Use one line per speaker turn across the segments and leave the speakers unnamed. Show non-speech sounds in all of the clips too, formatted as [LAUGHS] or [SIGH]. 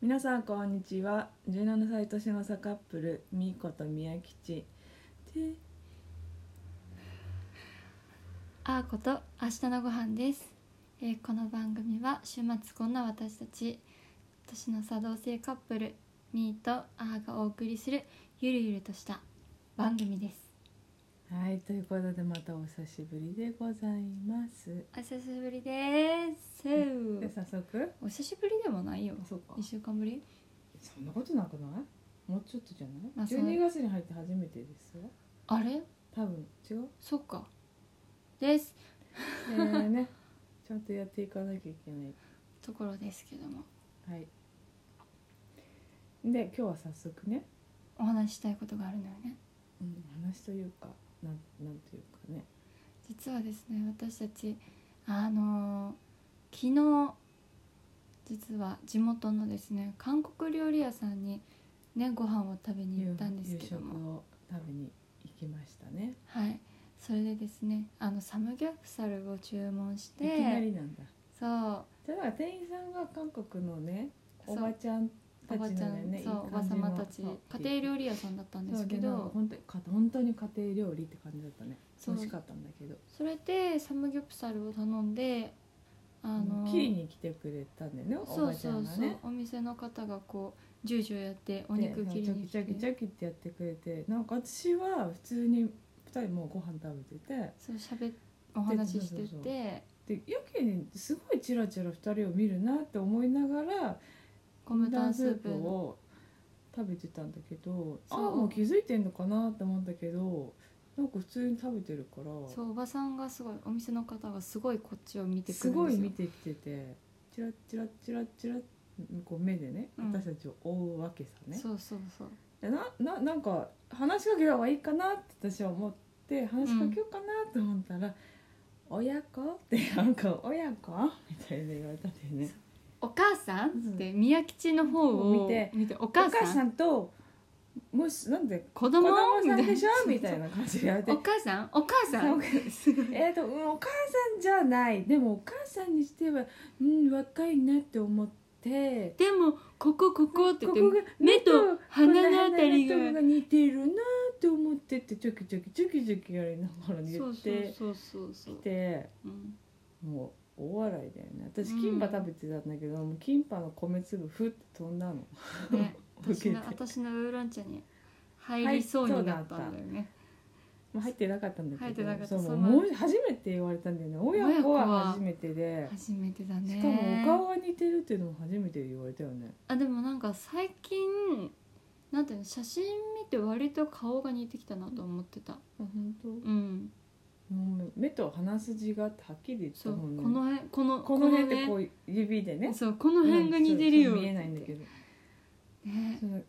皆さんこんにちは17歳年の差カップルみーこと宮吉で
あーこと明日のご飯です、えーこの番組は週末こんな私たち年の差同性カップルミーとあーがお送りするゆるゆるとした番組です
はいということでまたお久しぶりでございます
お久しぶりです
で早速
お久しぶりでもないよ
あそうか
1週間ぶり
そんなことなくないもうちょっとじゃない、
まあそう
12月に入って初めてですよ
あれ
多分違う
そっかです
えーねちゃんとやっていかなきゃいけない
ところですけども
はいで今日は早速ね、
お話ししたいことがあるのよね
話というかなんなんというかね
実はですね私たちあの昨日実は地元のですね韓国料理屋さんにねご飯を食べに行ったんですけど
夕
も
食を食べに行きましたね
はいそれでですねあのサムギョプサルを注文し
いきな
て
りなんだ
そう
じゃあだから店員さんが韓国のね
そう
おばちゃんた
お
ちな
ば
ん
ち
だ
ゃ
よ
ん、
ねいい
そうおば
感じ
様
の
たち
そう
家庭料理屋さんだったんですけ
そう
ど
本当にか本当に家庭料理って感じだったね
そ
美
う
味しかったんだけど
それでサムギョプサルを頼んであの
切りに来てくれたんだよねお
そう
ばち
そ
ゃん
う
が
そう
ね
お店の方がこうジュージューやってお
で
肉切りに
チャキチャキチャキってやってくれてなんか私は普通に2人もうご飯食べてて
そう喋っお話しし
そ
てて
うそうそうでやけにすごいチラチラ2人を見るなって思いながら
米炭スープを
を食べてたんだけどあ
そ
あ
う
もう気づいてんのかなって思ったけどなんか普通に食べてるから
そうおばさんがすごいお店の方がすごいこっちを見てく
す
るん
ご
で
い
すよ
見てきててチラッチラッチラッチラッこう目でね
うん
私たちを追うわけさね、
そうそうそう
でなななんか話しかけた方がいいかなって私は思って話しかけようかなと思ったら「親子?」ってなんか「親子?」みたいな言われたんだよね。
お母さん
うん
って宮吉の方を
見て
お
お
母さん
ともしなんで
子
子
供
供さんでしょみ
み
た
たい
い
な
な感じで言われて
お母さんお母さん
そうえっと、うんお母さんじゃないでもお母さんにしてはうん若いなって思って
でもここここって
こ
言って
こが
目と鼻のあたりが
鼻のとこが似てるなって思ってってチョキチョキチョキチョキやりながら
そ
言
う
っ
そう
て
そうそうそ
き
う、
て
うん、
もう大笑いだよね私
うん
キンパ食べてたんだけど、もうキンパの米粒ふって飛んだの
ね
受け
私
て
の私のウーロン茶に入りそうになったんだよね
まあ入ってなかったんだけど
入ってなかった
そう
その
もう初めて言われたんだよね親
親
子
子は
は初めてで
初めてだね
しかもお顔が似てるっていうのも初めて言われたよね
あでもなんか最近なんていうの写真見て割と顔が似てきたなと思ってた
あ本当
うん
もう目と鼻筋がはっきり言って
そ
た
う
もんね
この辺この
この辺ってこ
こ
う指で
の
ね
ねそうこの辺が似てるよ
うんそうそう見えないんだけど
ね
そう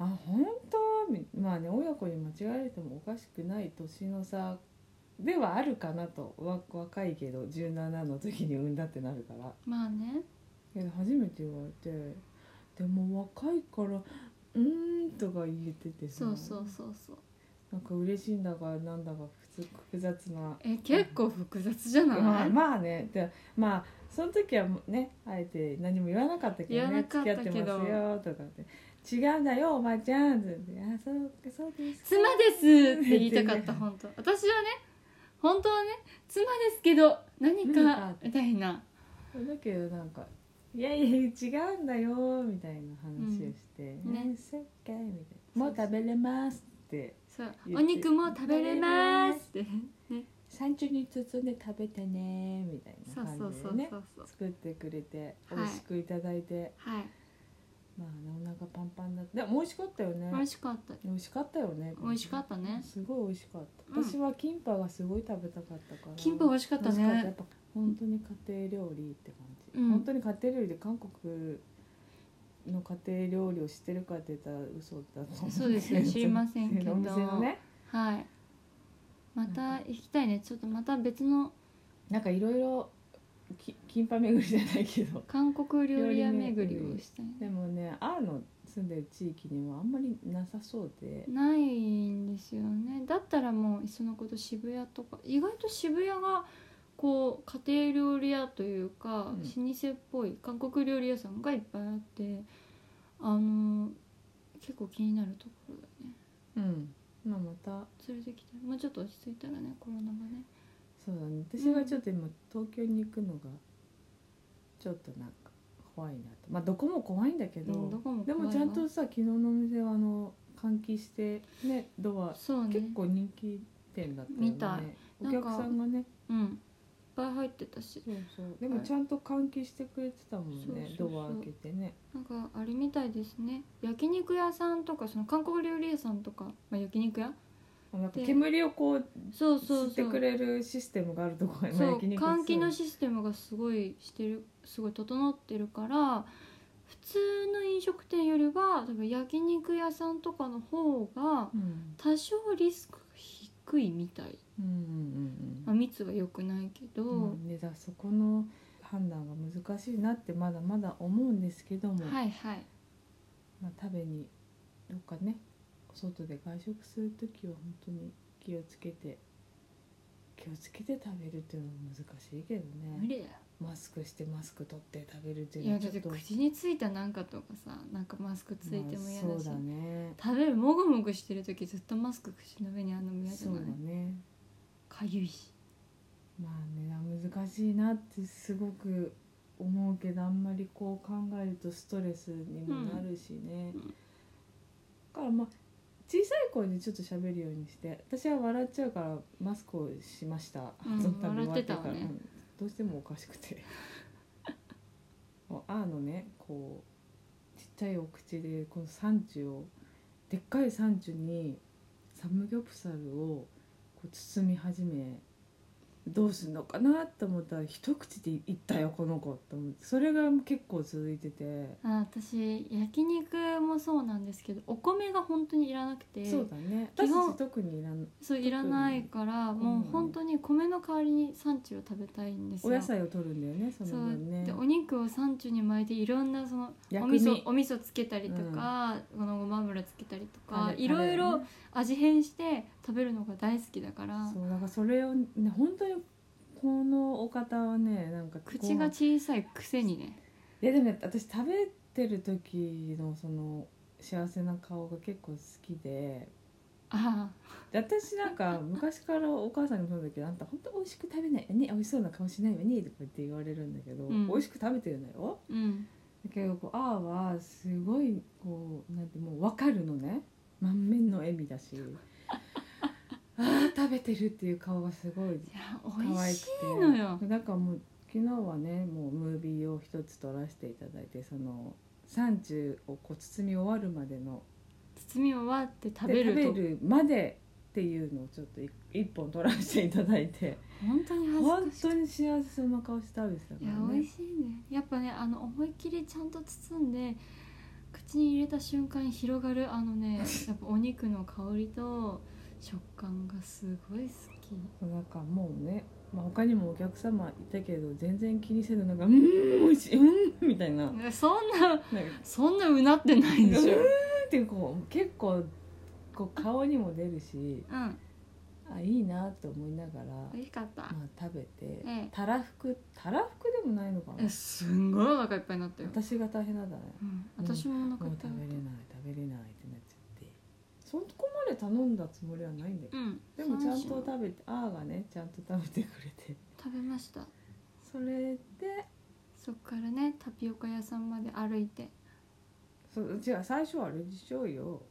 あ本当みまあね親子に間違えられてもおかしくない年の差ではあるかなとわ若いけど17の時に産んだってなるから
まあね
けど初めて言われてでも若いから「うーん」とか言っててさ
そうそうそうそう
なんか嬉しいんだかなんだか複雑複雑な
え結構複雑じゃない、
まあまあねでまあその時はねあえて何も言わなかったけどね
言わなかったけど
付き合ってますよとかって違うんだよおばちゃんって言ってあそうかそうです
妻ですって言いたかった本当私はね本当はね妻ですけど何
何
か
か
みたいな
だけどなんかいやいや違うんだよみたいな話をして、
うんね
ねせっかいみたいなもう食べれますって
そう
言っ
お
て
肉も食べれますってね
山中に包んで食べてねみたい
そ
な
う
感じで
そう
ね
そうそうそう
作ってくれて
はい
美味しくいただいて、
はい
まあねお腹パンパンだったでも美味しかったよね
美味しかった
美味しかったよね
美味しかったね
すごい美味しかった、
うん
私はキンパがすごい食べたかったから
キンパ美味しかったね
美味しやっぱ本当に家庭料理って感じ、
うん
本当に家庭料理で韓国の家庭料理を知ってるかって言ったら嘘だと思
そうですね知りませんけど
お店のね
はい。また行きたいね。ちょっとまた別の
なんかいろいろきキンパ巡りじゃないけど
韓国料理屋巡りをしたい。
でもねあーの住んでる地域にはあんまりなさそうで
ないんですよね。だったらもういっそのこと渋谷とか意外と渋谷がこう家庭料理屋というか、
うん
老舗っぽい韓国料理屋さんがいっぱいあってあの結構気になるところだよね
うんまあまた
連れてきてもうちょっと落ち着いたらねコロナがね
そうだね私がちょっと今東京に行くのがちょっとなんか怖いなとまあどこも怖いんだけど,、
うんどこも
で
怖い
も
わ
ちゃんとさ昨日のお店はあの換気してねドア
そうね
結構人気店だったよね
みたい
お客さんがね
うんいっぱい入ってたし
そうそうでもちゃんと換気してくれてたもんね
そうそうそう
ドア開けてね
なんかあれみたいですね焼肉屋さんとかその韓国料理屋さんとか、まあ、焼肉屋
なんか
で
煙をこう
そう
吸
そう
って
そう
くれるシステムがあるところ
そう換気のシステムがすごいしてるすごい整ってるから普通の飲食店よりは多分焼肉屋さんとかの方が
うん
多少リスク低いみたい、
うんうん
まあ、密は良くないけど、
うんうんねだからそこの判断が難しいなってまだまだ思うんですけども、
はいはい
まあ、食べにどっかねお外で外食する時は本当に気をつけて気をつけて食べるっていうのも難しいけど
無
ね
理だよ
マスクしてマスク取って食べるっていう
い
の
や
は
だ
ち
っ
ょってと
口についたなんかとかさなんかマスクついても嫌
まあそ
だ
う
し、
だね
食べるもぐもぐしてる時ずっとマスク口の上にあんのも嫌じゃ
そう
な
だ
い
ね
かゆいし
まあね難しいなってすごく思うけどあんまりこう考えるとストレスにもなるしね、
うんうん
だからまあ小さい声でちょっと喋るようにして私は笑っちゃうからマスクをしました、 [LAUGHS]
うん
その度終わ
笑ってたわね
うんどうしてもおかしくて [LAUGHS] もうあーのねこうちっちゃいお口でこの産地をでっかい産地にサムギョプサルをこう包み始めどうすんのかなと思ったら一口でいったよこの子と思ってそれが結構続いてて、
あ私焼肉もそうなんですけどお米が本当にいらなくて
そうだね
基
私
本
たち特にいらん
そういらないから
に
もう本当に米の代わりに産地を食べたいんです
お
よ
野菜を取るんだよねそ
そ
の
う
分ね
でお肉を産地に巻いていろんなそのお
薬
味噌
味
お味噌つけたりとか、このごま油つけたりと
あ
か
れ
いろい
あれ
ろ
ね
味変して食べるのが大好きだから
そうだからそれをね本当にこのお方はねなんか
口が
こ
小さいくせにね
ういやでもね私食べてる時のその幸せな顔が結構好きで
あ
で私なん
[LAUGHS]
か昔からお母さんにもそうだけど「あんた本当美味しく食べないよね美味しそうな顔しないよね」とか言って言われるんだけど、
うん
美味しく食べてるのよ
あうん
だけどこう「あー」はすごいこうなんてもう分かるのね満面の笑み
[LAUGHS]
だし「あー食べてる」っていう顔がすごい
いや
可
美
愛
味
く
していのよ
だからもう昨日はねもうムービーを一つ撮らせていただいてその30をこう包み終わるまでの
包み終わって食べ
で
ると
食べるまでっていうのをちょっとい一本取らせていただいて
本当に恥ずか
本
しい
当に幸せそうな顔して食べてたか
いや
ら
美味
ね
しいねやっぱねあの思いっきりちゃんと包んで口に入れた瞬間に広がるあの [LAUGHS] ねやっぱお肉の香りと食感がすごい好き
そうなんかもうね、まあ、他にもお客様いたけど全然気にせずなんか「うーん美味しいうん」みたいななんか
ねそんな
「うん」
そんなうなってないで [LAUGHS] しょ
っていうこう結構こう顔にも出るし
うん
あいいなと思いながら、ま
美味しかった
あ、食べて
ええ
たらふくたらふくでもないのかな
えすんごいお腹いっぱいになったよ、
私が大変なんだね
うん、私もお
も
腹いうっぱい
食べれない食べれないってなっちゃってそこまで頼んだつもりはないんだけど、
うん
でもちゃんと
三種
食べてあーがねちゃんと食べてくれて
食べました
それで
そっからねタピオカ屋さんまで歩いて
そ違う最初はあれでしょうよ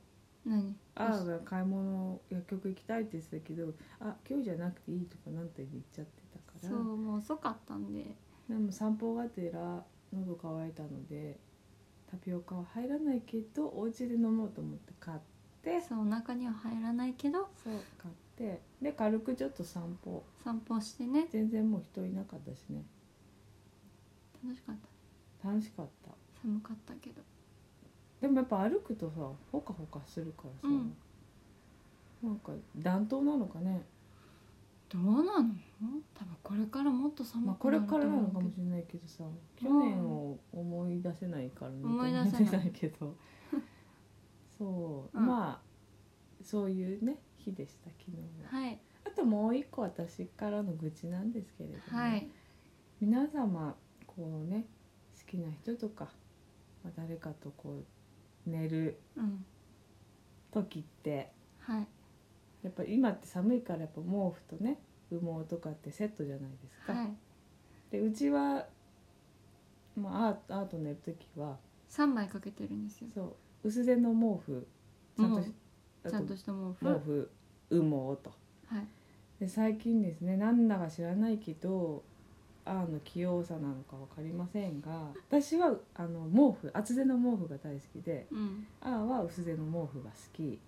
何
あーが買い物薬局行きたいって言ってたけどあ今日じゃなくていいとかなんて言っちゃってた
そ
か
うもう遅かったんで
らでも散歩がてら喉乾いたのでタピオカは入らないけどお家で飲もうと思って買って
そうお腹には入らないけど
そう買ってで軽くちょっと散歩
散歩してね
全然もう人いなかったしね
楽しかった
楽しかった
寒かったけど
でもやっぱ歩くとさほかほかするからさ、
うん
なんか暖冬なのかね、
どうなの多分これからもっと
ま
寒
あ、
く
こ
な
れ
ると
からな
思
の
う
かも
けど
しれないけどさ去年を思い出せないからね
思い出せない
思けど
[LAUGHS]
そう、
うん
まあそういうね日でした昨日は
はい
あともう一個私からの愚痴なんですけれども、
はい
皆様こうね好きな人とか、まあ、誰かとこう寝る
うん
時って
はい
やっぱ今って寒いからやっぱ毛布とね羽毛とかってセットじゃないですか、
はい
でうちは、まあ、アーアート寝る時は
3枚かけてるんですよ
そう薄手の毛布ちゃんとしあ
ちゃん
と
とした毛布
毛布羽毛と
はい
で最近ですねなんだか知らないけどアーの器用さなのか分かりませんが私はあの毛布厚手の毛布が大好きで
うん
アーは薄手の毛布が好き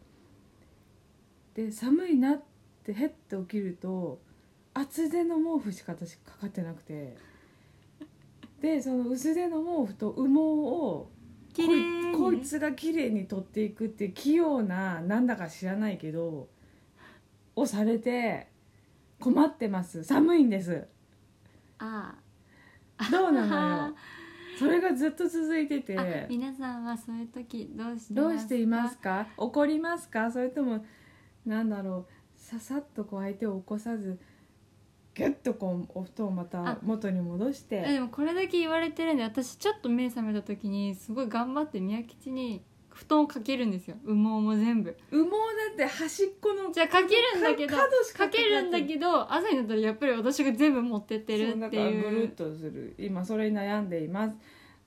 で寒いなってへって起きると厚手の毛布しか私かかってなくてでその薄手の毛布と羽毛をこ
綺
い
麗
こい
に
つが綺麗に取っていくっていう器用ななんだか知らないけどをされて困ってます寒いんです
あ
どうなの
[LAUGHS]
よそれがずっと続いてて
ああ皆さんはそういう時どうして
どうしています
か
か怒りますかそれともなんだろうささっとこう相手を起こさずギュッとこうお布団をまた
あ
元に戻し
え
て
でもこれだけ言われてるんで私ちょっと目覚めた時にすごい頑張って宮吉に布団をかけるんですよ羽毛も全部
羽毛だって端っこの
じゃあかけるんだけど
か角しか
かけるんだ
ど
けど朝になったらやっぱり私が全部持ってってるってい
ぐ
う
るっとする今それに悩んでいます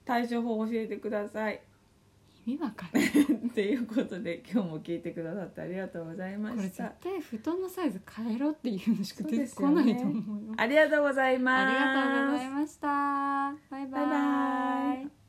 対処法を教えてください
意味わかんない
っていうことで今日も聞いてくださってありがとうございま
これ
し
絶
た
対布団のサイズ変えろっていうのしか
そう
出
で
て
す
こ
よね
ないと思うよ
ありがとうございます
ありがとうございましたバイバイ
バイバイ